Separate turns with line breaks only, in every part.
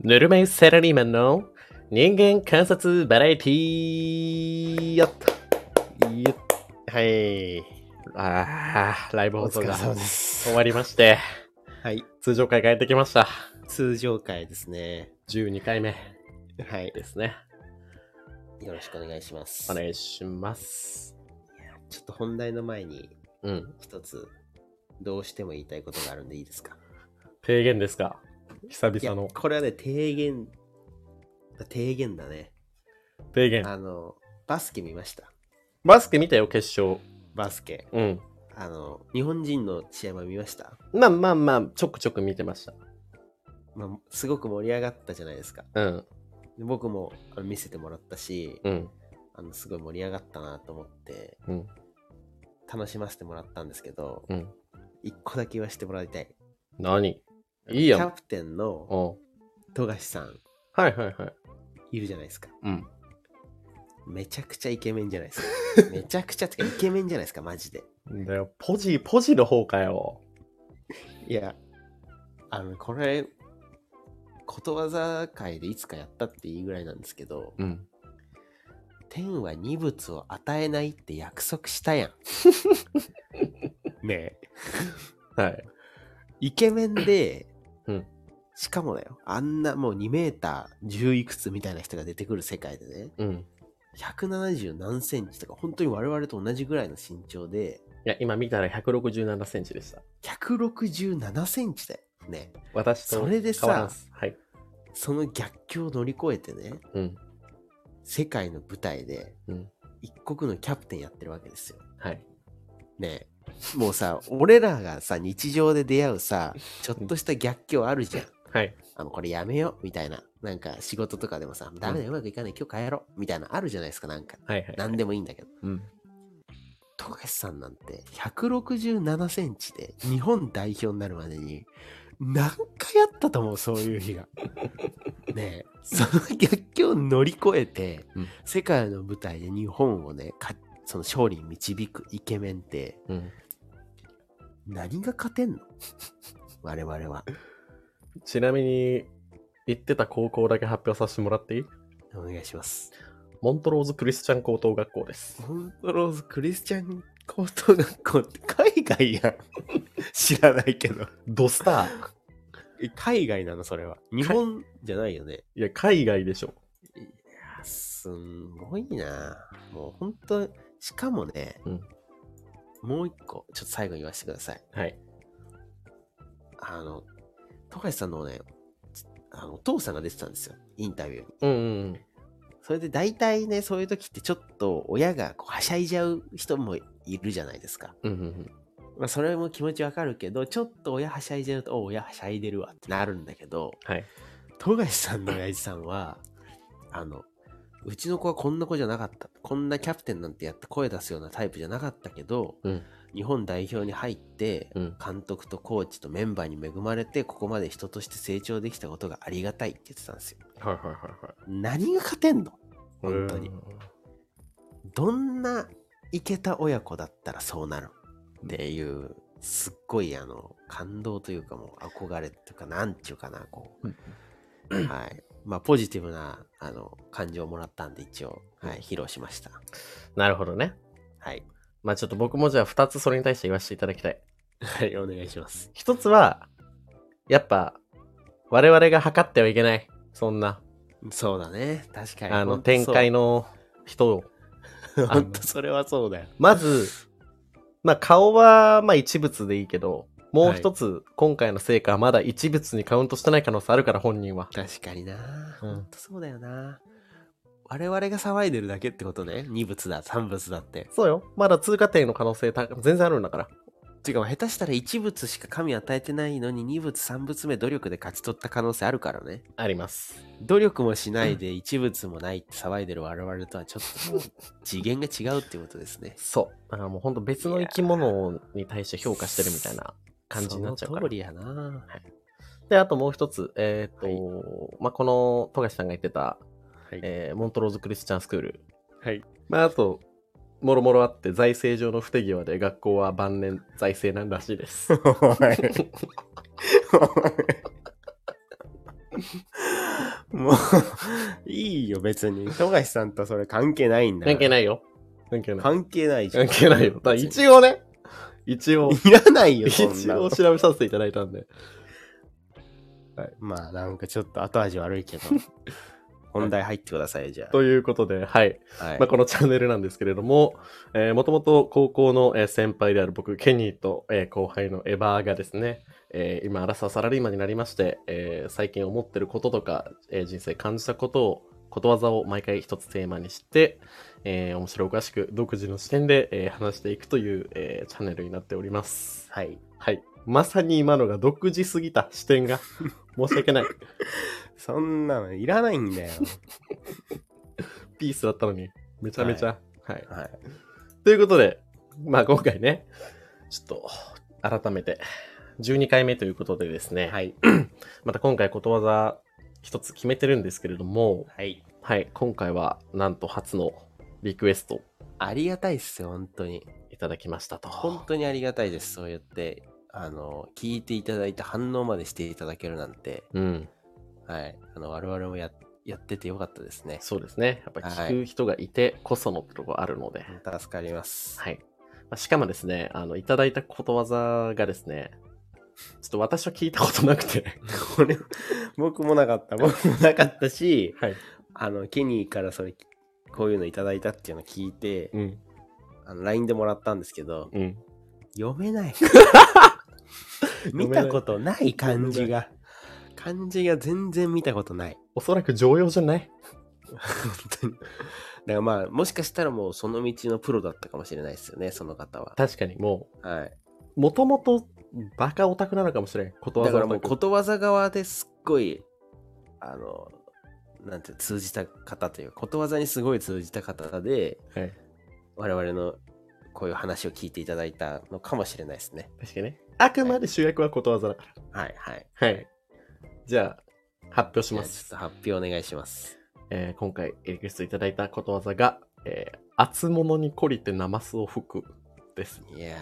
ぬるま湯サラリーマンの人間観察バラエティーよっとよっはい。ああ、ライブ放送が
す
終わりまして、
はい。
通常会帰ってきました。
通常回ですね。
12回目
はい。
ですね。
よろしくお願いします。
お願いします。
ちょっと本題の前に
うん。
一つ、どうしても言いたいことがあるんでいいですか
提言ですか久
いや、
々の
これはね、提言、提言だね。
提言。
あの、バスケ見ました。
バスケ見たよ、決勝。
バスケ。
うん。
あの、日本人の試合も見ました。
まあまあまあ、ちょくちょく見てました。
まあ、すごく盛り上がったじゃないですか。
うん。
で僕もあの見せてもらったし、
うん。
あのすごい盛り上がったなと思って、
うん。
楽しませてもらったんですけど、
うん。
一個だけ言わせてもらいたい。
何いいやん
キャプテンの
お
富樫さん
はいはいはい。
いるじゃないですか。
うん。
めちゃくちゃイケメンじゃないです か。めちゃくちゃってかイケメンじゃないですか、マジで。
だよ、ポジ、ポジの方かよ。
いや、あの、これ、ことわざ界でいつかやったっていいぐらいなんですけど、
うん。
天は二物を与えないって約束した やん。ねえ。
はい。
イケメンで、
うん
しかもだよ、あんなもう2メーター10いくつみたいな人が出てくる世界でね、
うん。
170何センチとか、本当に我々と同じぐらいの身長で、
いや、今見たら167センチでした。
167センチだよ。ね。
私と
それでさ
変わらんすはい。
その逆境を乗り越えてね、
うん。
世界の舞台で
うん、
一国のキャプテンやってるわけですよ。
はい。
ねえ。もうさ、俺らがさ、日常で出会うさ、ちょっとした逆境あるじゃん。
はい。
あの、これやめよ、みたいな。なんか仕事とかでもさ、ダメだよ、うまくいかない、今日帰ろう、みたいなあるじゃないですか、なんか。
はいはい。
なんでもいいんだけど。
うん。
富樫さんなんて、167センチで日本代表になるまでに、何回あったと思う、そういう日 が。ねえ、その逆境を乗り越えて、
うん
世界の舞台で日本をね、かその勝利に導くイケメンって、
うん。
何が勝 てんの我々は。
ちなみに、行ってた高校だけ発表させてもらっていい
お願いします。
モントローズクリスチャン高等学校です。
モントローズクリスチャン高等学校って海外や ん。知らないけど。
ドスタ ー。
え海外なのそれは。日本じゃないよね。
いや、海外でしょ。
いやすんごいな。もう本当しかもね、
うん
もう一個、ちょっと最後に言わせてください。
はい。
あの、富樫さんのね、あのお父さんが出てたんですよ。インタビューに。
うんうん
それで大体ね、そういう時ってちょっと親がこうはしゃいじゃう人もいるじゃないですか。
うん。うんうん
まあ、それも気持ちわかるけど、ちょっと親はしゃいじゃうと、お親はしゃいでるわってなるんだけど、
はい。
富樫さんの親父さんは、あの、うちの子はこんな子じゃなかった。こんなキャプテンなんてやって声出すようなタイプじゃなかったけど、
うん
日本代表に入って、
うん。
監督とコーチとメンバーに恵まれて、ここまで人として成長できたことがありがたいって言ってたんですよ。
はいはいはいはい。
何が勝てんの本当に
うん。
どんなイケた親子だったらそうなるっていう、すっごいあの、感動というかもう憧れというか、なんていうかな、こう。はい。まあ、ポジティブな、あの、感情をもらったんで、一応、はい、披露しました。
なるほどね。
はい。
まあちょっと僕もじゃあ2つそれに対して言わせていただきたい。
はい、お願いします。
一つは、やっぱ、我々が測ってはいけない。そんな、
そうだね。確かに。
あの、展開
の。
の人を。あの
本当それはそうだよ。
まず、まあ、顔は、まあ、一物でいいけど、もう
はい
一つ、今回の成果はまだ一物にカウントしてない可能性あるから、本人は。
確かにな。
うん
本当そうだよな。我々が騒いでるだけってことね。二物だ、三物だって。
そうよ。まだ通過点の可能性た全然あるんだから。
ていうか下手したら一物しか神与えてないのに二物三物目努力で勝ち取った可能性あるからね
あります。
努力もしないで一物もないって騒いでる我々とはちょっともう次元が違うっていうことです ね
そう。だからもう本当別の生き物に対して評価してるみたいな感じになっちゃうか
その
ら
通。りやな
で、あともう一つ、えーっ、と、まあ、この、富樫さんが言ってた、
はい
えーモントローズクリスチャンスクール。
はい
まあ、あと、もろもろあって、財政上の不手際で学校は晩年財政なんらしいです。
もういいよ別に富樫さんとそれ 関係ないんだ
関係
い
ないよ。関係ない。
関係ないじゃん
関係ないよ。ただ
別に
一応ね、一応、
いら ないよそ ん
一
なの
応調べさせていただいたんで。
まあなんかちょっと後味悪いけ ど本題入ってくださいじゃ
ということで、はい。
あ、はい
まあ、このチャンネルなんですけれども、えー、もともと高校の、えー先輩である僕、ケニーと、えー後輩のエバーがですね、えー今、アラサーサラリーマンになりまして、えー最近思ってることとか、えー人生感じたことを、ことわざを毎回一つテーマにして、えー面白おかしく独自の視点で、えー話していくという、えーチャンネルになっております。
はい
はい。まさに今のが独自すぎた視点が、申し訳ない。
そんなのいらないんだよ
ピースだったのに、めちゃめちゃ。はい
はい
ということで、まあ今回ね、ちょっと改めて12回目ということでですね、
はい
また今回ことわざ一つ決めてるんですけれども、
はい
はい、今回はなんと初のリクエスト
ありがたいっすよ本当に
いただきましたと。
本当にありがたいですそうやってあの聞いていただいた反応までしていただけるなんて
うん、
はいあの我々もややっててよかったですね
そうですね。やっぱり聞く人がいてこそのってとこあるので、はい。
助かります
まあしかもですね、あの、いただいたことわざがですね、ちょっと私は聞いたことなくて、
これ僕もなかった僕もなかったし
はい。
あのケニーからそれこういうのいただいたっていうの聞いて
うん、
あの LINE でもらったんですけど
うん。
読 めない
めない
見たことない漢字が漢字が全然見たことない
おそらく常用じゃない
本当にだからまあもしかしたらもうその道のプロだったかもしれないですよねその方は
確かにもう、
はい
もともとバカオタクなのかもしれん。ことわ
だ
ざ
から
オ
も
タ
う
ク
ことわざ側ですっごいあのなんて通じた方というかことわざにすごい通じた方で
はい、
我々のこういう話を聞いていただいたのかもしれないですね
確かにね。あくまで主役はことわざだか
はいはい
ら。はい。じゃあ、発表し
じゃ
ま
あちょっ
す
と。発表お願いします
えー今回リクエストいただいたことわざが、えー、厚物に懲りてナマスを吹くです。
いやー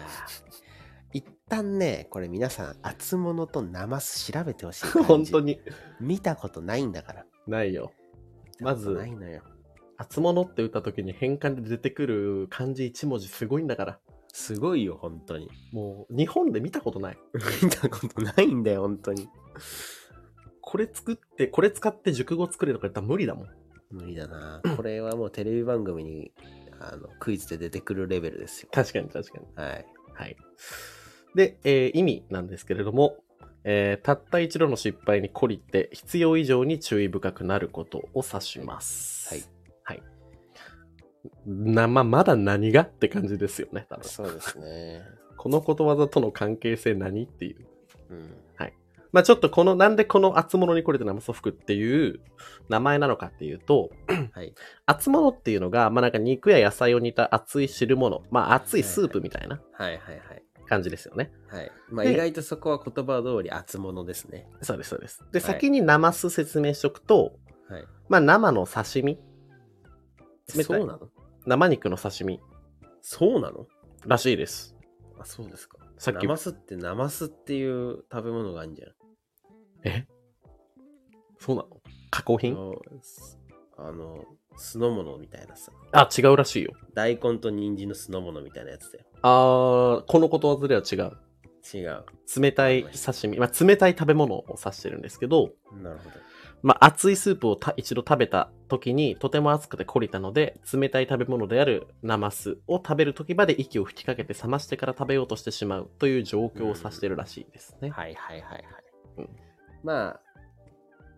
一旦ねこれ皆さん厚物とナマス調べてほしい 感じ
本当に
見たことないんだから
ないよ。まず
見たことないのよ
厚物って打った時に変換で出てくる漢字一文字すごいんだから。
すごいよ本当に
もう日本で見たことない。
見たことないんだよ本当に
これ作って、これ使って熟語作れとか言ったら無理だもん。
無理だな。これはもうテレビ番組にあのクイズで出てくるレベルですよ。
確かに確かに。
はい。
はい。で、えー意味なんですけれども、えーたった一度の失敗に懲りて必要以上に注意深くなることを指します。
はい。
はい。な、まあ、まだ何がって感じですよね、多分。
そうですね。
このことわざとの関係性何っていう。
うん。
まあちょっとこの、なんでこの厚物にこれて生ソフクっていう名前なのかっていうと、
はい。
厚物っていうのが、まあなんか肉や野菜を煮た熱い汁物、まあ熱いスープみたいな
はいはいはい。
感じですよね。
はい。まあ
で
意外とそこは言葉通り厚物ですね。
そうです、そうです。で、
はい
先に生酢説明しとくと、
はい。
まあ、生の刺身、冷たい
そうなの
生肉の刺身
そうなの
らしいです。
あ、そうですか。
さっ
ナ
き、
マスってナマスっていう食べ物があるんじゃん。
えそうなの加工品
あの、あの酢の物みたいなさ。
あ、違うらしいよ。
大根と人参の酢の物みたいなやつだよ。
あー、このことわざでは違う。
違う。
冷たい刺身、まあ、冷たい食べ物を指してるんですけど、
なるほど。
まあ、熱いスープをた一度食べた時に、とても熱くて懲りたので、冷たい食べ物である生酢を食べる時まで息を吹きかけて冷ましてから食べようとしてしまうという状況を指してるらしいですね。
はいはいはいはい。
うん
まあ、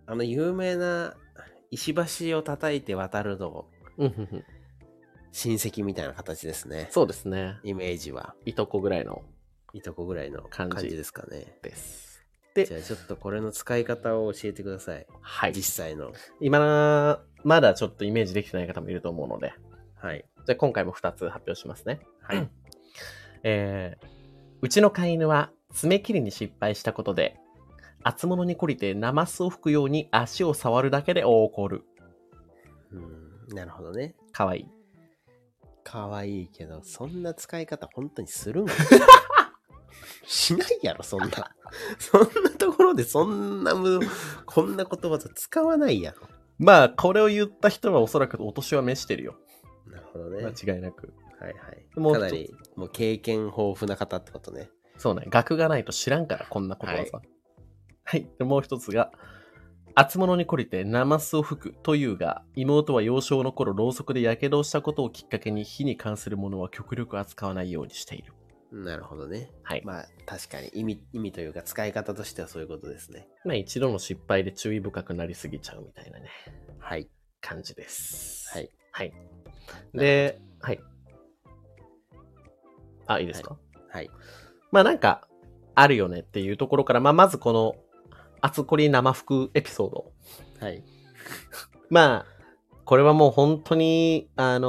あの、有名な石橋を叩いて渡るの
うんうんうん
親戚みたいな形ですね。
そうですね。
イメージは。
いとこぐらいの
いとこぐらいの
感
感
じ
じですかね。
です。
じゃあちょっとこれの使い方を教えてください。
はい。
実際の。
今、まだちょっとイメージできてない方もいると思うので、
はい。
じゃあ今回も2つ発表しますね。
はい。
えー、うちの飼い犬は爪切りに失敗したことで、厚物に懲りてナマスを吹くように足を触るだけで怒る。
うん、なるほどね。
かわいい。
かわいいけど、そんな使い 方本当にするんか しないやろ、そんな。そんなところでそんなむ、こんなことわざ使わないやろ。
まあ、これを言った人はおそらくお年は召してるよ。
なるほどね。
間
はい
違いなく。
はい。
もう
かなり、もう経験豊富な方ってことね。
そうね、学がないと知らんから、こんなことはさ。はい、でもう一つが、厚物に懲りてナマスを吹くというが、妹は幼少の頃、ろうそくで火傷をしたことをきっかけに、火に関するものは極力扱わないようにしている。
なるほどね。
はい。ま
まあ、確かに意味、意味というか使い方としてはそういうことですね。
あ、一度の失敗で注意深くなりすぎちゃうみたいなね、
はい。
感じです。
はい。
はい。で、はい。あ、いいですか、
はい。
まあなんか、あるよねっていうところから、まあまずこの、厚こり生服エピソード。
はい。
まあ、これはもう本当に、あの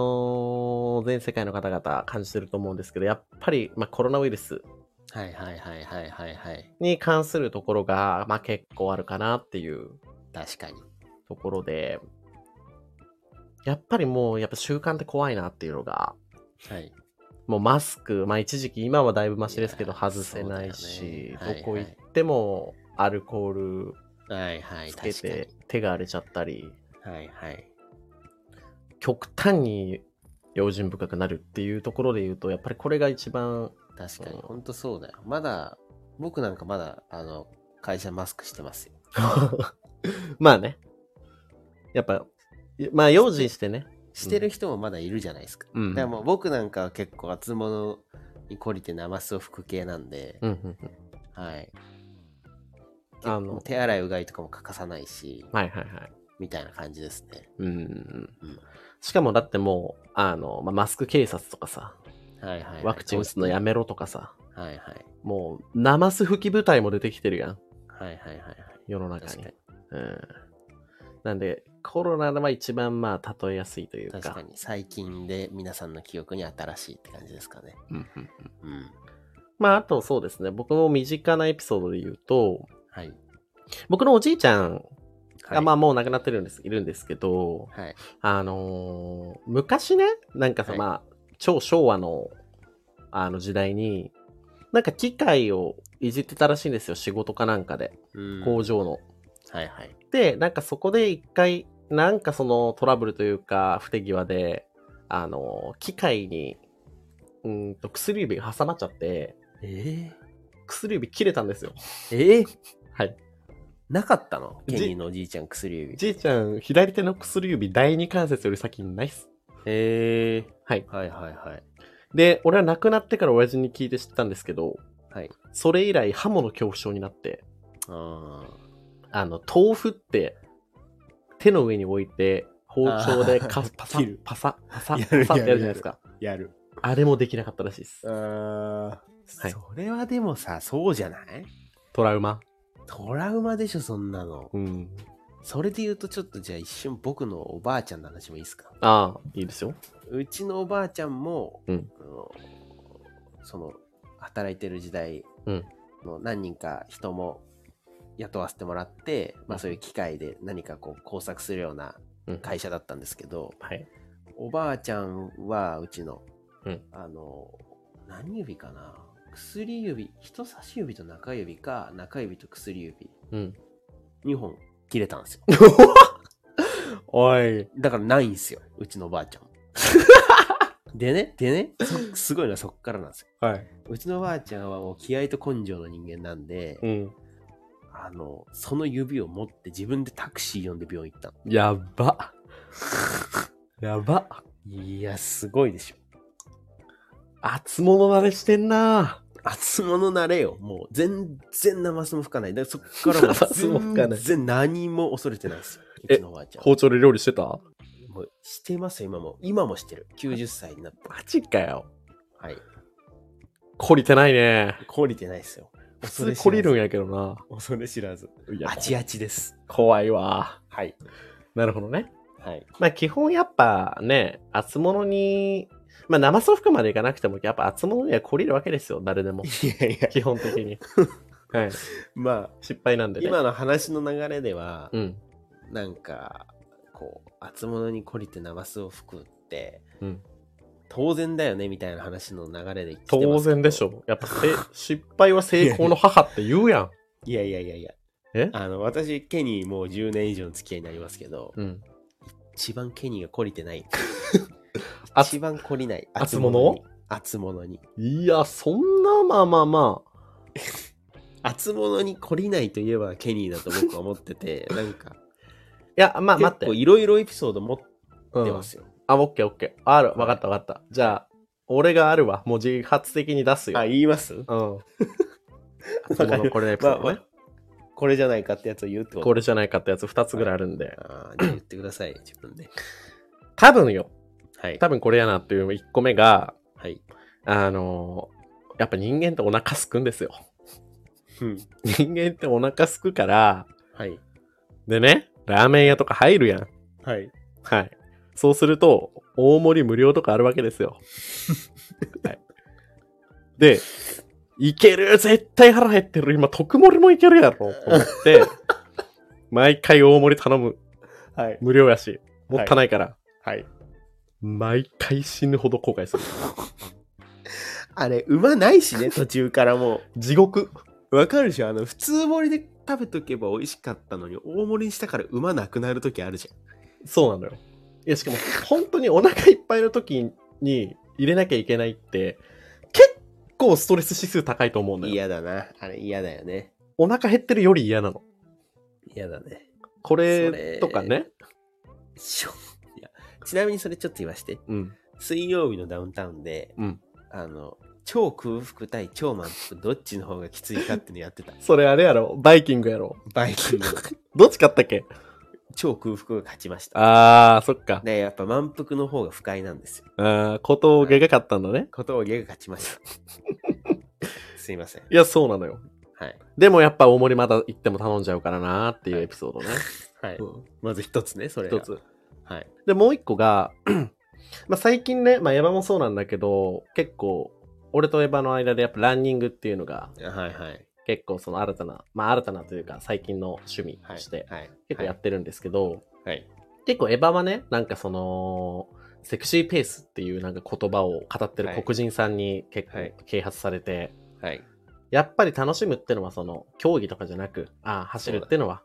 ー全世界の方々感じてると思うんですけど、やっぱり、まあ、コロナウイルス
はいはいはいはいはいはい。
に関するところが、まあ、結構あるかなっていう
確かに。
ところで、やっぱりもう、やっぱ習慣って怖いなっていうのが、
はい。
もうマスク、まあ一時期、今はだいぶマシですけど、
いやー
外せないし、
そうだよねはい
どこ行ってもアルコール
はいはい。
つけ
確か
て手が荒れちゃったり、
に。はいはい。
極端に用心深くなるっていうところで言うとやっぱりこれが一番
確か
うん
に。ほんとそうだよ。まだ、僕なんかまだ、あの、会社マスクしてますよ。
まあねやっぱまあ用心してね
してる人もまだいるじゃないですか。
うん
だからもう僕なんかは結構厚物に懲りてナマスを吹く系なんで、
うんうんうん
はい。
あ
あ
の
の手洗いうがいとかも欠かさないし、
はいはいはい
みたいな感じですね。
うんうんうん
うん
しかもだってもうあの、まあ、マスク警察とかさ
はいはいはい、
ワクチン打つのやめろとかさ
はいはい。
もう生す吹き部隊も出てきてるやん
はいはいはいはい。
世の中
確
に
かに。
うんなんでコロナは一番まあ例えやすいというか
確かに。最近で皆さんの記憶に新しいって感じですかね。
うんうん
うん。
まあ、あとそうですね。僕も身近なエピソードで言うと、
はい。
僕のおじいちゃんが、
はい、
まあもう亡くなってるんです、いるんですけど、
はい。
あのー昔ね、なんかさ、
はい
まあ、超昭和の、あの時代に、なんか機械をいじってたらしいんですよ、仕事かなんかで、
うん
工場の。
はいはい。
で、なんかそこで一回、なんかそのトラブルというか、不手際で、あのー機械に、うーんと薬指が挟まっちゃって、
え
薬指切れたんですよ。
え
はい。
なかったのケ
じ
ニーのおじいちゃん薬指。
じいちゃん、左手の薬指第二関節より先にないっす。
え
はい。
はいはいはい。
で、俺は亡くなってから親父に聞いて知ったんですけど、
はい。
それ以来ハモの恐怖症になって、
あ
あの、豆腐って手の上に置いて、包丁で
あー
かパサ
切る
パサパサパ
や
サってや
るや
る
る
じゃないですか。
ーやる。
あれもできなかったらしいです。
あ
はい
それはでもさ、そうじゃない
トラウマ。
トラウマでしょ、そんなの。
うん。
それで言うと、ちょっとじゃあ一瞬僕のおばあちゃんの話もいいですか
ああ、いいですよ。
うちのおばあちゃんも、
うん
あのその働いてる時代
うん
の何人か人も雇わせてもらって、ま
うん
あ、そういう機会で何かこう工作するような
うん
会社だったんですけど、
はい。
おばあちゃんはうちの、
うん
あの何指かな薬指人差し指と中指か中指と薬指
うん。
2本切れたんですよ
おい。
だからないんですようちのおばあちゃん でねでねそすごいのはそっからなんですよ
はい。
うちのばあちゃんはもう気合と根性の人間なんで、
うん。
あの、その指を持って自分でタクシー呼んで病院行った
やば。やば。
の。いや、すごいでしょ。
厚物慣れしてんな
厚物なれよ。もう全然ナマスも吹かない。だからそ っからも
ナマスも吹
う
かない
全然何も恐れてないですよ。う
え
ちのばあちゃん。
包丁で料理してた
もうしてますよ、今も。今もしてる。90歳になって。
マジかよ。
はい。
懲りてないね。
懲りてないですよ。
普通懲りるん
や。
やけどな。
恐れ知らず。
いや
あ、ちあちです。
怖いわ。
はい。
なるほどね。
はい。
まあ基本やっぱね、厚物に、まあ生ソフトまでいかなくても、やっぱ厚物には懲りるわけですよ、誰でも。
いやいや、
基本的 に。はい。
まあ、
失敗なんでね。
今の話の流れでは、
うん。
なんかこう厚物に懲りてナマスを吹くって、
うん
当然だよねみたいな話の流れで来てますけど
当然でしょ。やっぱせ失敗は成功の母って言うやん。
いやいやいやいや
え
あの、私、ケニーもう10年以上の付き合いになりますけど、
うん。
一番ケニーが懲りてない。
熱
一番懲りない。
熱物
に熱物に。
いや、そんな、まあまあまあ。
熱物に懲りないといえばケニーだと僕は思っ てて、なんか、
いや、まあ待
結
って。
構いろいろエピソード持って
うん
ますよ。
あ、オッケーオッケー。ある、わかったわかった。じゃあ、俺があるわ。もう自発的に出すよ。
あ、言います
うん。
かる
このこれのエピソードね、
まあまこれじゃないかってやつを言うってこと
こ れじゃないかってやつ2つぐらいあるんで。
あーじゃあ言ってください、自分で。
多分よ。
はい。
多分これやなっていう1個目が、
はい。
あのーやっぱ人間ってお腹すくんですよ。
うん。
人間ってお腹すくから、
はい。
でね、ラーメン屋とか入るやん。
はい。
はい。そうすると、大盛り無料とかあるわけです よ。はい、で、いける絶対腹減ってる今、特盛りもいけるやろと思 って、毎回大盛り頼む。
はい。
無料やし。もったいないから。
はい。
毎回死ぬほど後悔する。
あれ、馬ないしね、途中からも
地獄。
う。わかるでしょあの、普通盛りで食べとけば美味しかったのに、大盛りにしたから馬なくなるときあるじ
そうなのよ。いや、しかも、本当にお腹いっぱいの時に入れなきゃいけないって、結構ストレス指数高いと思う
ゃ
の
ん。
よ。
嫌だな。あれ、嫌だよね。
お腹減ってるより嫌なの。
嫌だね。
こ
そ
れ
れ
とかね。
しょいやちなみにそれちょっと言わして。
うん。
水曜日のダウンタウンで、
うん。
あの、超空腹対超満腹、どっちの方がきついかっていうのやってた
それあれやろ。バイキングやろ。
バイキングの。
どっち勝ったっけ
超空腹が勝ちました。
あー、そっか。
ね、やっぱ満腹の方が不快なんですよ。
あー、小峠が勝ったんだね。
小峠が勝ちました。 すいません。
いや、そうなのよ。
はい。
でもやっぱ大盛りまだ行っても頼んじゃうからなーっていうエピソー ドね。
はい。
うん
まず一つね、それが
一。つ。
はい。
で、もう一個が、 まあ最近ね、まあ、エヴァもそうなんだけど、結構、俺とエヴァの間でやっぱランニングっていうのが、
はいはい。
結構その新たな、まあ新たなというか最近の趣味と
はい。
して、
はい。
結構やってるんですけど、
はい。
結構エヴァはね、なんかその、セクシーペースっていうなんか言葉を語ってる黒人さんに結
は
構
い
啓発されて、
はい。
やっぱり楽しむってのはその競技とかじゃなく、ああ、走るってのは、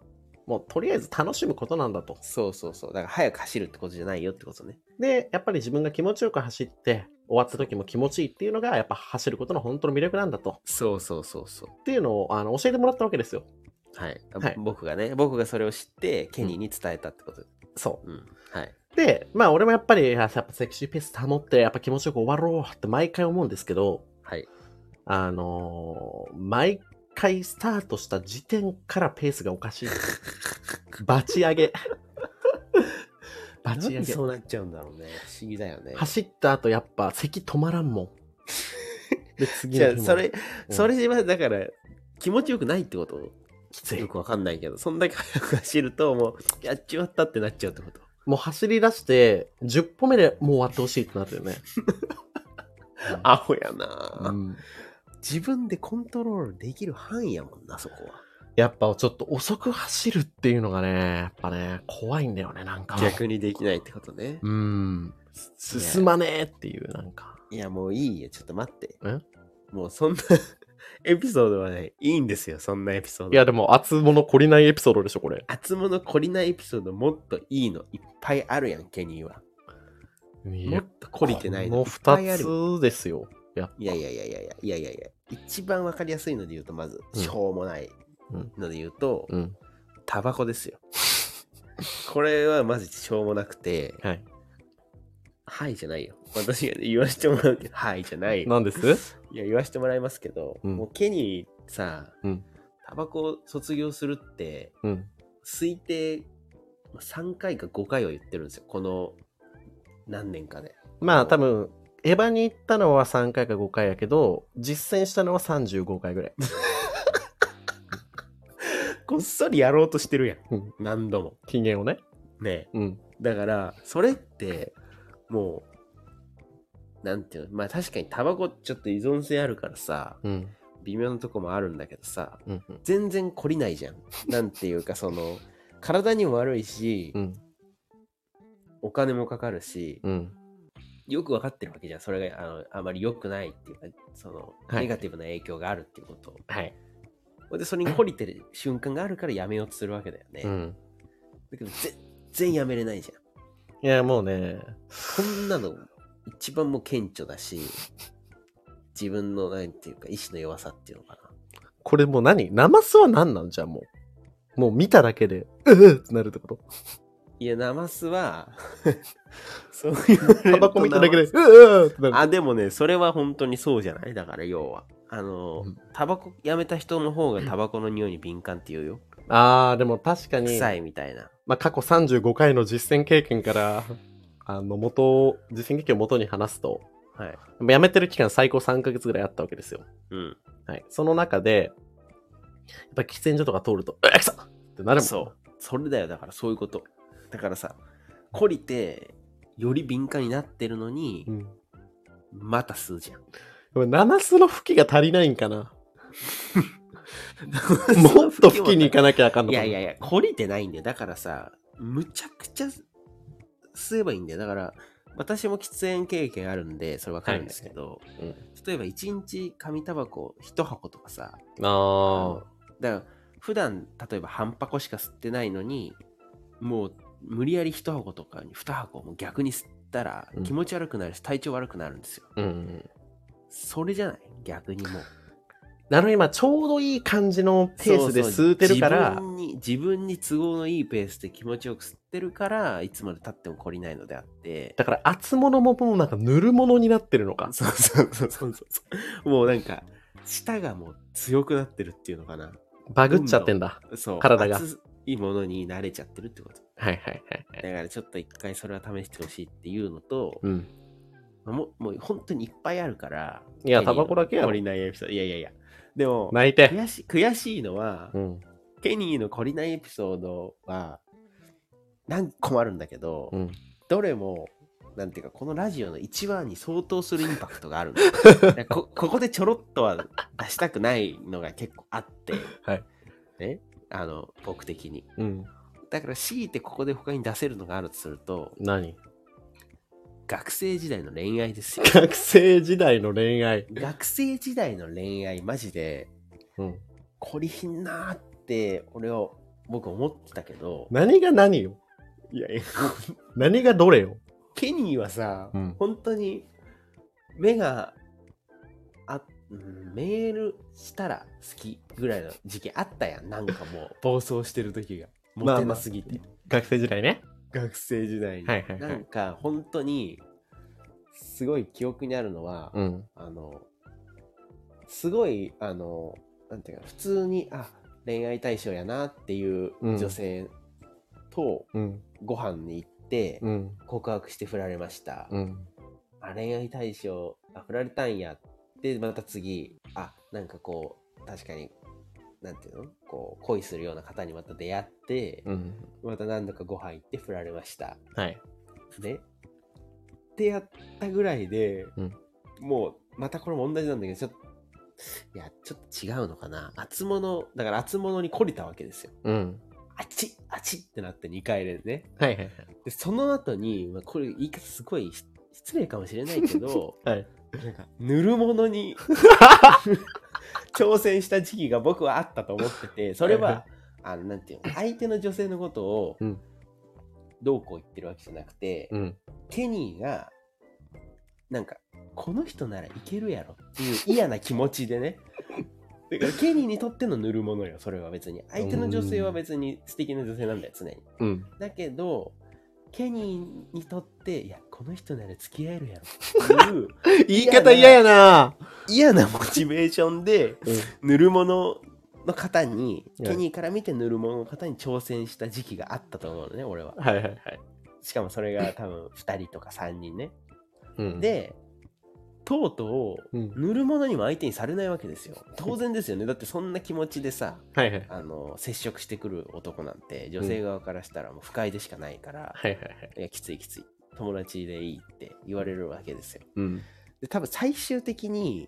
もうとりあえず楽しむことなんだと。
そうそうそう。だから早く走るってことじゃないよってことね。
で、やっぱり自分が気持ちよく走って、終わった時も気持ちいいっていうのが、やっぱ走ることの本当の魅力なんだと。
そうそうそうそう。
っていうのをあの教えてもらったわけですよ。
はい、
はい
僕がね、僕がそれを知って、ケニーに伝えたってこと。
そ
うん。はい。
う。で、まあ俺もやっぱり、あやっぱセクシーペース保って、やっぱ気持ちよく終わろうって毎回思うんですけど、
はい。
あのー毎回スタートした時点からペースがお かしい。バチ上げ。バチ上げ。
うなっちゃうんだろうね。不思議だよね
走った後やっぱ咳止まらんもん。で、次
じ
の
ゃ
日
あ、
も
それ、
うん
それはだから、気持ちよくないってこと
きつい
よ。くわかんないけど、そんだけ早く走ると、もう、やっちまったってなっちゃうってこと。
もう走り出して、10歩目でもう終わってほしいってなって るね。
アホや
う
な、
ん
自分でコントロールできる範囲やもんな、そこ
やっぱちょっと遅く走るっていうのがね、やっぱね、怖いんだよね、なんか
は。。逆にできないってことね。
うん。す進まねえっていう、なんか。
いや、もういいよ。ちょっと待って
え。
もう、そんな、 エピソードはね、いいんですよ。そんなエピソード。
いや、でも、熱物懲りないエピソードでしょ、これ。
厚物懲りないエピソードもっといいのいっぱいあるやんケニーはもっと懲りてない
この
いっぱいある
2つですよ。やっぱ
いやいやいやいやいやいやいやいや一番わかりやすいので言うとまず
うん
しょうもない
うん
ので言うと、
うん。
タバコですよ これはマジでしょうもなくて
はい。
はいじゃないよ私が、ね、言わせてもらうけどはいじゃないよ
なんです
いや言わせてもらいますけど、
うん
もうケニーさ、
うん
タバコを卒業するって
うん。
推定3回か5回は言ってるんですよこの何年かで
まあ、多分、エヴァに行ったのは3回か5回やけど、実践したのは35回 ぐらい。
こっそりやろうとしてるやん、
うん
何度も
禁煙をね。
ねえ
うん。
だからそれってもうなんていうのまあ確かにタバコちょっと依存性あるからさ
うん。
微妙なとこもあるんだけどさ
うん。うん
全然懲りないじゃんなんていうかその体にも悪いし、
うん。
お金もかかるし、
うん。
よくわかってるわけじゃんそれがあのあまり良くないっていうかその
はい
ネガティブな影響があるっていうことを、
はい。
ほいでそれに懲りてる瞬間があるからやめようとするわけだよね。
うん。
だけど全然やめれないじゃん。
いや、もうね、
こんなの一番もう顕著だし、自分のなんていうか意志の弱さっていうのかな。
これもう何ナマスは何なんじゃあもう。もう見ただけで、ううってなるってこと。
いや、ナマスは、 そう言われると
タバコ見ただけで、
ナマス
ううってなる。
あ、でもね、それは本当にそうじゃないだから要は。あの
うん、
タバコやめた人の方がタバコの匂いに敏感って言うよ。
あー、でも確かに、
臭いみたいな。
まあ、過去35回の実践経験から、あの、元を、実践経験を元に話すと、
はい。
辞めてる期間最高3ヶ月ぐらいあったわけですよ。
うん。
はい。その中で、やっぱ喫煙所とか通ると、うっくそってなるもん。
そう。それだよ、だからそういうこと。だからさ、懲りて、より敏感になってるのに、
うん。
また吸う じゃん。
でもナマスの吹きが足りないんか な。もっと吹きに行かなきゃあかんの
い
か
や
な。
いやいや、懲りてないんだよ。だからさ、むちゃくちゃ吸えばいいんだよ。だから、私も喫煙経験あるんで、それわかるんですけど、
いはい
例えば1日紙タバコ1箱とかさ、
あ
だから普段例えば半箱しか吸ってないのに、もう無理やり1箱とかに2箱も逆に吸ったら
うん
気持ち悪くなるし、体調悪くなるんですよ。
あ。うん。
それじゃない逆にもう。
なのに今ちょうどいい感じの ペースで
そうそう
吸うてるから、
自分に自分に都合のいいペースで気持ちよく吸ってるからいつまでたっても懲りないのであって
だから厚物ももうなんか塗るものになってるのか。
そうそうそうそうそうもうなんか舌がもう強くなってるっていうのかな
バグっちゃってんだ。
そう
体が
熱いものに慣れちゃってるってこと
はいはいはいは
だ
い。
からちょっと一回それは試してほしいっていうのと、
うん。
もうもう本当にいっぱいあるから
いやタバコだけやろ
懲りないエピソードいやいやいやでも
泣いて。
悔し悔しいのは、
うん。
ケニーの懲りないエピソードは何個もあるんだけど、
うん。
どれもなんていうかこのラジオの一話に相当するインパクトがあるん だでこここでちょろっとは出したくないのが結構あって、
はい
ね、あの僕的に
うん。
だから強いてここで他に出せるのがあるとすると
何
学生時代の恋愛ですよ
学生時代の恋愛。
学生時代の恋愛マジで
うん。
懲りひんなーって俺は僕思ってたけど
何が何よ。
いやいや
何がどれよ。
ケニーはさ、
うん
本当に目があうんメールしたら好きぐらいの時期あったやんなんかもう暴走してる時が
ま
モ
あまあ
テなすぎて、
学生時代ね。
学生時代に、
はいはいはい
なんか本当にすごい記憶にあるのは、
うん。
あのすごいあのなんていうか普通にあ恋愛対象やなっていう女性と
うん。
ご飯に行って
うん。
告白して振られました、
うん。
あ恋愛対象あ振られたんやでまた次あなんかこう確かになんていうのこう恋するような方にまた出会って、
うん。
また何度かご飯行って振られました
はい。
ねってやったぐらいで、
うん
もうまたこれも同じなんだけどちょっといやちょっと違うのかな厚物だから厚物に懲りたわけですよ
うん。
あちっあちっってなって2回連ね
はいはい
でその後に、まあ、これ言い方すごいし失礼かもしれないけど
はい。はい。
なんか塗るものに 挑戦した時期が僕はあったと思っててそれはあのなんていうの相手の女性のことを
うん
どうこう言ってるわけじゃなくて、
うん。
ケニーがなんかこの人ならいけるやろっていう嫌な気持ちで ねだからケニーにとっての塗るものよそれは別に相手の女性は別に素敵な女性なんだよ常に
うん。
だけどケニーにとっていやこの人なら付き合えるやろって いう
言い方嫌やな。
嫌なモチベーションで
うん。
塗るものの方に
はい
ケニーから見て塗るものの方に挑戦した時期があったと思うのね俺は
はいはいはい。
しかもそれが多分2人とか3人ね
うん、
でとうとう
うん。
塗るものにも相手にされないわけですよ当然ですよねだってそんな気持ちでさ
はいはい。
あの接触してくる男なんて女性側からしたらもう不快でしかないから、
はいはいはい。
いやきついきつい友達でいいって言われるわけですよ
うん。
で多分最終的に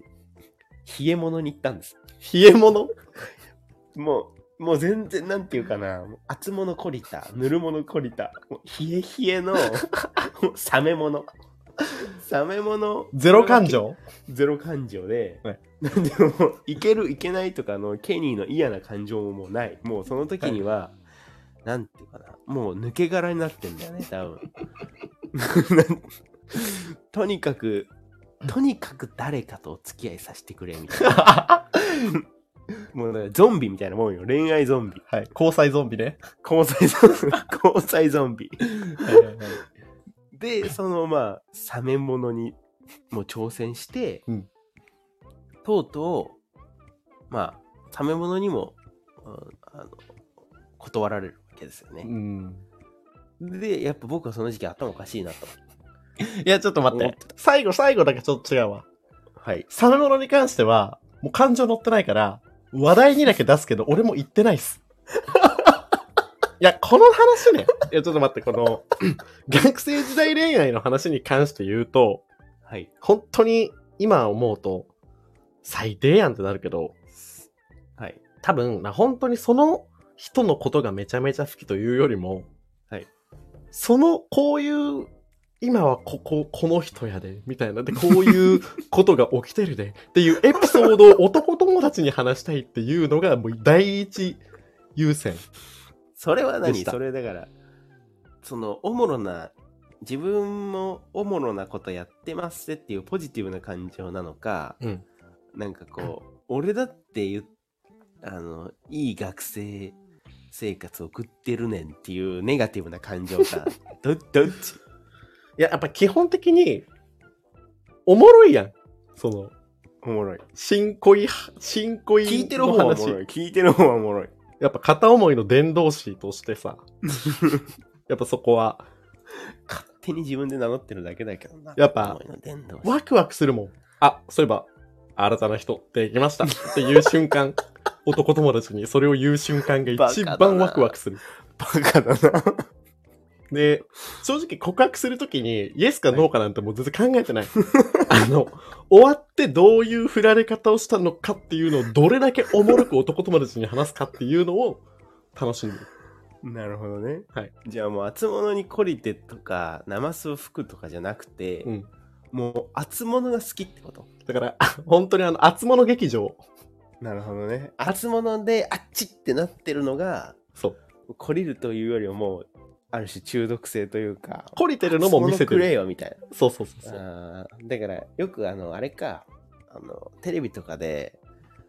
冷え物に行ったんです
冷え物
もう、もう全然、なんていうかな、もう厚物懲りた、ぬるもの懲りた、もう冷え冷え の、もう冷め物。冷め物。
ゼロ感情
ゼロ感情で、
はい
でもいけるいけないとかのケニーの嫌な感情ももうないもうその時には、なんていうかなもう抜け殻になってんだよね多分なん とにかくとにかく誰かとお付き合いさせてくれみたいなもうだからゾンビみたいなもんよ恋愛ゾンビ
はい。交際ゾンビね。
交際ゾンビ交際ゾンビ
はいはいはい
でそのまあサメものにもう挑戦して、
うん
とうとうまあサメものにも、うんあの断られるわけですよ
う
ね、
ん。
でやっぱ僕はその時期頭おかしいなと
いや、ちょっと待って。最後、最後だけちょっと違うわ。
はい
サメモノに関しては、もう感情乗ってないから、話題にだけ出すけど、俺も言ってないっす。 いや、この話ね。いや、ちょっと待って、こ の、学生時代恋愛の話に関して言うと、
はい
本当に今思うと、最低やんってなるけど、
はい
多分、な本当にその人のことがめちゃめちゃ好きというよりも、
はい
その、こういう、今はここ、この人やで、みたいな。で、こういうことが起きてるで、 っていうエピソードを男友達に話したいっていうのが、もう第一優先。
それは
で
何
した
それだからそのおもろな自分もおもろなことやってますってっていうポジティブな感情なのか、
うん
なんかこう俺だって言っあのいい学生生活送ってるねんっていうネガティブな感情 かどどっち
いや、やっぱ基本的に、おもろいやん。その、
おもろい
新恋、新恋の話。
聞いてる方はおもろい聞いてる方はおもろい
やっぱ片思いの伝道師として さ、やっぱそこは、
勝手に自分で名乗ってるだけだけどな
やっぱ
お前の伝道師
ワクワクするもん。あ、そういえば、新たな人できましたっていう瞬 間、男友達にそれを言う瞬間が一
バカだ
番
な
ワクワクする。
バカだな
で、正直告白するときに、イエスかノーかなんてもう全然考えてない。 あの、終わってどういう振られ方をしたのかっていうのを、どれだけおもろく男友達に話すかっていうのを楽しんでる。
なるほどね、
はい
じゃあもう厚物に懲りてとかナマスを吹くとかじゃなくて、
うん。
もう厚物が好きってこと
だから、あ本当にあの、厚物劇場。
なるほどね厚物であっちってなってるのが
そう。
懲りるというよりはもうある種中毒性というか
懲りてるのも見せて
厚物くれ
る。
よみたい
そうそうそうそう。
なあーだからよくあのあれかあのテレビとかで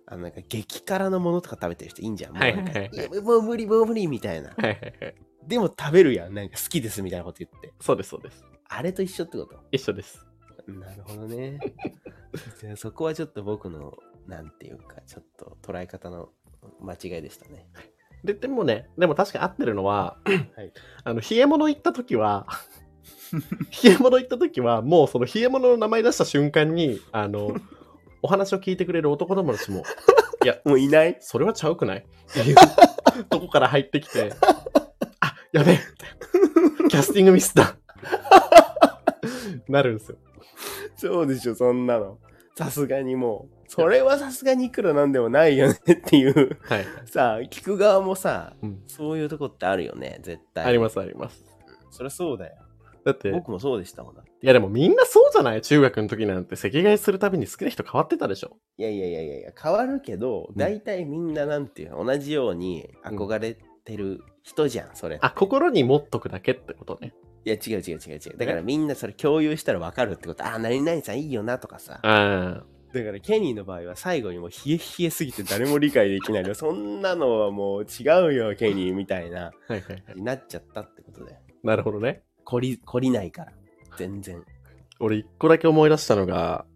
あのなんか激辛のものとか食べてる人いいんじゃんもうなん
はい
か
はいはい
やもう無理もう無理みたいな
はいはいはい。
でも食べるやんなんか好きですみたいなこと言って
そうです、そうです。
あれと一緒ってこと
一緒です。
なるほどね。 じゃあそこはちょっと僕の、なんていうか、ちょっと捉え方の間違いでしたね。
で、でもね、でも確かに合ってるのは、
はい
あの、冷え物行った時は、冷え物行った時は、もうその冷え物の名前出した瞬間に、あの、お話を聞いてくれる男友達も、
もういない
それはちゃうくないっていうとこから入ってきて、あ、やべえキャスティングミスだなるんですよ。
そうでしょ、そんなの。さすがにもう、それはさすがにいくらなんでもないよねっていう。
はい。
さあ、聞く側もさ、
うん
そういうとこってあるよね、絶対。
ありますあります。
そりゃそうだよ。
だって、
僕もそうでしたもんだ。
いやでもみんなそうじゃない中学の時なんて、席替えするたびに好きな人変わってたでしょ。
いやいやいやいやいや、変わるけど、
ん
大体みんななんていうの同じように憧れてる人じゃん、それ。
あ、心に持っとくだけってことね。
いや違う違う違う違うだからみんなそれ共有したら分かるってことああ何々さんいいよなとかさ
あ
だからケニーの場合は最後にもう冷え冷えすぎて誰も理解できないのそんなのはもう違うよケニーみたいな
あ。はいはい。
になっちゃったってことで
なるほどね。
懲り懲りないから全然、
俺一個だけ思い出したのが、
は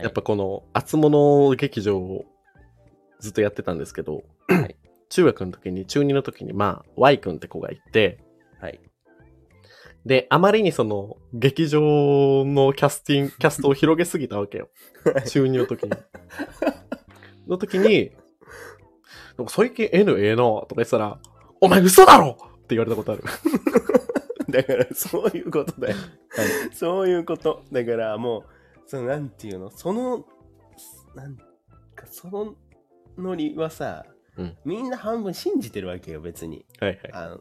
い
やっぱこの厚物劇場をずっとやってたんですけど、
はい
中学の時に、中2の時に、まあ、Y 君って子がいて、
はい
で、あまりにその、劇場のキャステ ィング、キャストを広げすぎたわけよ。中2の時に。の時に、なんか最近 N ええなとか言ってたら、お前嘘だろって言われたことある。
だからそういうことだよそういうことだからもうそのなんていうのそのなんかそのノリはさ、
うん
みんな半分信じてるわけよ別に
はい
あの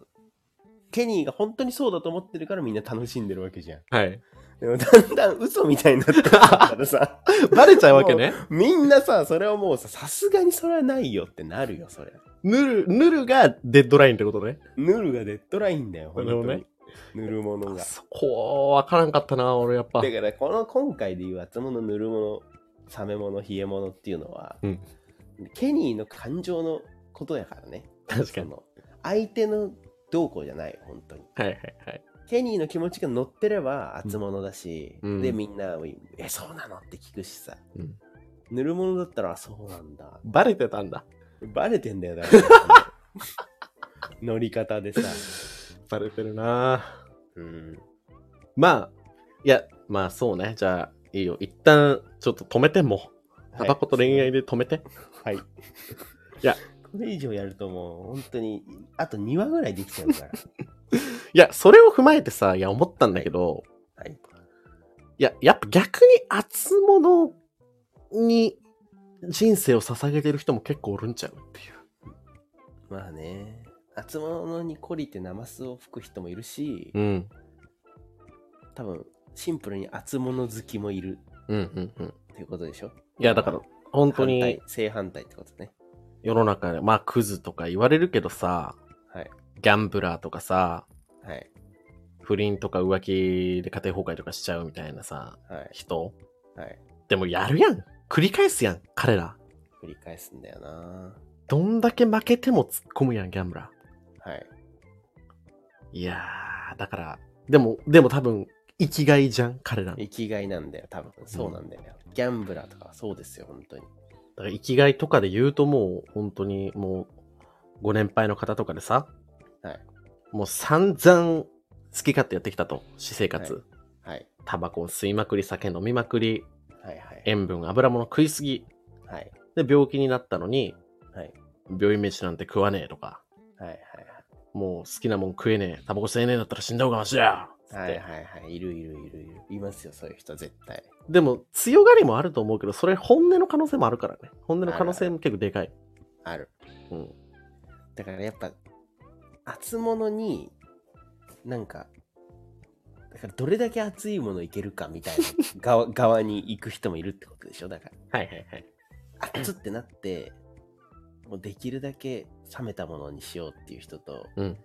ケニーが本当にそうだと思ってるからみんな楽しんでるわけじゃん。
はい。はい。
でもだんだん嘘みたいになってくるか らさ、
バレちゃうわけね。
みんなさ、それはもうさ、さすがにそれはないよってなるよ、それ。
ぬる、ぬるがデッドラインってことね。
ヌルがデッドラインだよ、本当
なる
に。塗るものが。
そこ、わからんかったな、俺やっぱ。
だからこの今回でいう厚物塗るものサメもの冷えものっていうのは、
うん
ケニーの感情のことやからね
確かに
その相手のどうこうじゃない本当に
はいはいはい。
ケニーの気持ちが乗ってれば厚物だし、
うん
でみんな「えそうなの?」って聞くしさ、
うん
塗るものだったらあそうなんだ
バレてたんだ。
バレてんだよだから 乗り方でさ、
バレてるな。
うん、
まあ、いや、まあそうね。じゃあ、いいよ。一旦、ちょっと止めても。タバコと恋愛で止めて。
はい。い
や、
これ以上やるともう本当に、あと2話ぐらいできちゃう から。
いや、それを踏まえてさ、いや、思ったんだけど、
はい。
いや、やっぱ逆に厚物に人生を捧げてる人も結構おるんちゃうっていう。
まあね、厚物に懲りてナマスを吹く人もいるし、
ん。
多分シンプルに厚物好きもいる
うんうんうん。
っていうことでしょ
いや、だから、本当
反
に
対正反対ってことね。
世の中で、まあ、クズとか言われるけどさ、
はい。
ギャンブラーとかさ、
はい。
不倫とか浮気で家庭崩壊とかしちゃうみたいなさ、
はい。
人。
はい。
でもやるやん。繰り返すやん、彼ら。
繰り返すんだよな。
どんだけ負けても突っ込むやん、ギャンブラ
はい。
ー。いやー、だから、でも、でも多分、生きがいじゃん、彼らの。だ
生きがいなんだよ、多分。そうなんだよ。ギャンブラーとかはそうですよ、本当に。
から生きがいとかで言うともう、本当にもう、ご年配の方とかでさ、
はい。
もう散々好き勝手やってきたと、私生活。
ははい。
タバコを吸いまくり、酒飲みまくり、
はいはい。
塩分、油物食いすぎ。
はい。
で、病気になったのに、
はい。
病院飯なんて食わねえとか、
はいはい
もう好きなもん食えねえ、タバコ吸えねえんだったら死んだ方がマシだよつって、
はい。はいはいはい。いるいるいるいる。いますよ、そういう人絶対。
でも、強がりもあると思うけど、それ本音の可能性もあるからね。本音の可能性も結構でかい。
ある。
うん。
だからやっぱ、熱物に、なんか、だからどれだけ熱いものいけるかみたい な側側に行く人もいるってことでしょだか
はいはいはい。
ら、熱ってなって、もうできるだけ冷めたものにしようっていう人と、
うん。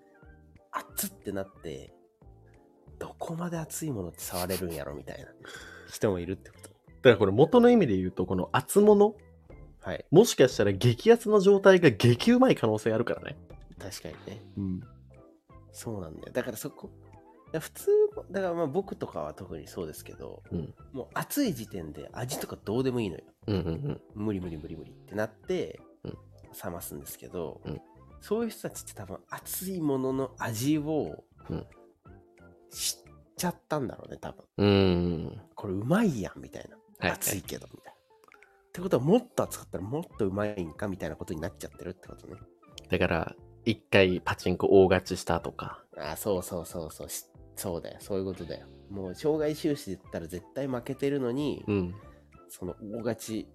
熱ってなって、どこまで熱いものって触れるんやろみたいな人もいるってこと。
だからこれ元の意味で言うと、この厚物、
はい。
もしかしたら激厚の状態が激うまい可能性あるからね。
確かにね。
うん。
そうなんだよ。だからそこ、だから普通、だからまあ僕とかは特にそうですけど、
うん
もう暑い時点で味とかどうでもいいのよ。
うんうんうん。
無理無理無理無理ってなって
うん、
冷ますんですけど、
うん
そういう人たちって多分熱いものの味を
うん
知っちゃったんだろうね、多分。
うーん。
これうまいやんみたいな。
はい
熱いけどみたいな。ってことはもっと熱かったらもっとうまいんかみたいなことになっちゃってるってことね。
だから、一回パチンコ大勝ちしたとか、
あーそうそうそうそうしそうだよそういうことだよもう障害収支で言ったら絶対負けてるのに、
うん。
その大勝ち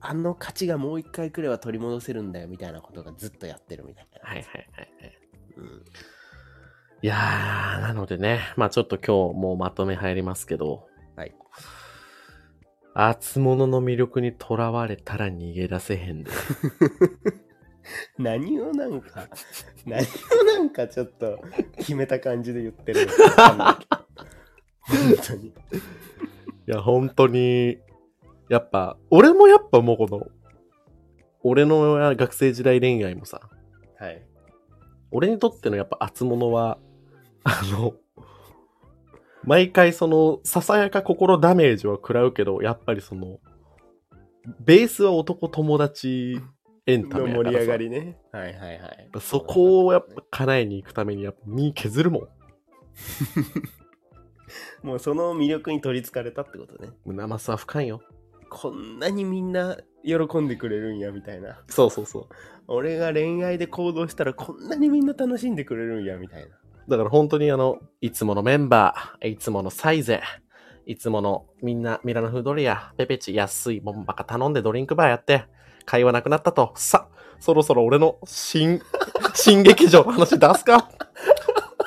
あの勝ちがもう一回くれば取り戻せるんだよみたいなことがずっとやってるみたいな
はいはいはいはい。
うん
いやー、なのでね、まあちょっと今日もうまとめ入りますけど、
はい。
厚物の魅力にとらわれたら逃げ出せへんで。
何をなん か何をなんかちょっと決めた感じで言ってるのかわかんないけど本当に
いや、本当に、やっぱ、俺もやっぱもうこの、俺の学生時代恋愛もさ、
はい
俺にとってのやっぱ厚物は、あの、毎回その、ささやか心ダメージは食らうけど、やっぱりその、ベースは男友達エンタ
の
メや
盛
からさ
り上がりねはいはいはい
やっぱそこをやっぱ叶えに行くためにやっぱ身削るもん。も
もうその魅力に取りつかれたってことね
うナマスは深いよ。
こんなにみんな喜んでくれるんやみたいな
そうそうそう。
俺が恋愛で行動したらこんなにみんな楽しんでくれるんやみたいな
だから本当にあの、いつものメンバー、いつものサイゼ、いつものみんなミラノフードリア、ペペチ、安いもんばっか頼んでドリンクバーやって、会話なくなったと、さ、そろそろ俺の新、 新劇場の 話出すか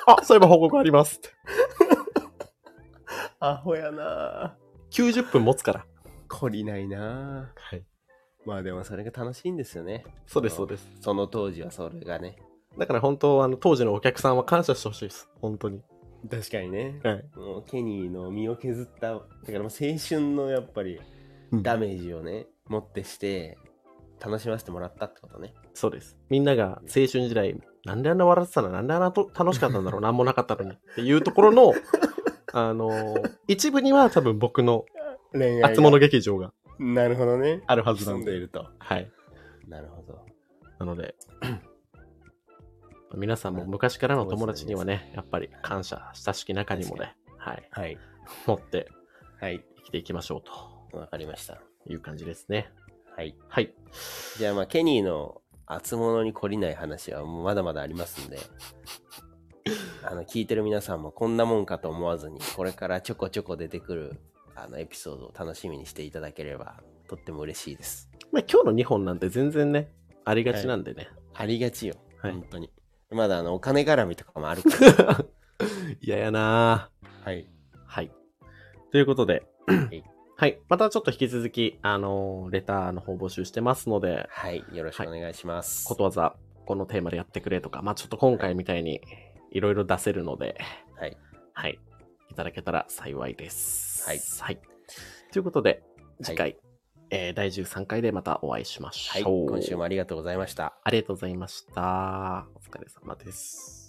あ、そういえば報告ありますって。
アホやな
90分持つから。
懲りないな
はい。
まあでもそれが楽しいんですよね。
そうです、そうです。
その当時はそれがね。
だから本当、あの、当時のお客さんは感謝してほしいです。本当に。
確かにね。
はい。
もうケニーの身を削った、だからもう青春のやっぱりダメージをね、持ってして、楽しませてもらったってことね。
そうです。みんなが青春時代、なんであんな笑ってたのなんであんなと楽しかったん だろうなんもなかったのに。っていうところ の、あのー一部には多分僕の
恋
厚物劇場が
なるほどね。
あるはずな
住
ん
んで
で。
いると。
はい。
なるほど。
なので、 皆さんも昔からの友達にはね、やっぱり感謝、親しき中にもね、はい、
はい。
持って
はい。
生きていきましょうと
わかりました。
いう感じですね。
はい。
はい。
じゃあまあ、ケニーの厚物に懲りない話はもうまだまだあります んで、あの、聞いてる皆さんもこんなもんかと思わずに、これからちょこちょこ出てくる、あの、エピソードを楽しみにしていただければ、とっても嬉しいです。
まあ、今日の2本なんて全然ね、ありがちなんでね。
ありがちよ。
はい
本当に。まだあの、お金絡みとかもあるから。
嫌、ややなぁ。
はい。
はい。ということで
い、
はい。またちょっと引き続き、あのーレターの方募集してますので、
はい。よろしくお願いします。
ことわざ、このテーマでやってくれとか、まあちょっと今回みたいに、いろいろ出せるので、
はい。
はい。いただけたら幸いです。
はい
はい。ということで、次回、えー第13回でまたお会いしまし
はい。
ょう。
今週もありがとうございました。
ありがとうございました。お疲れ様です。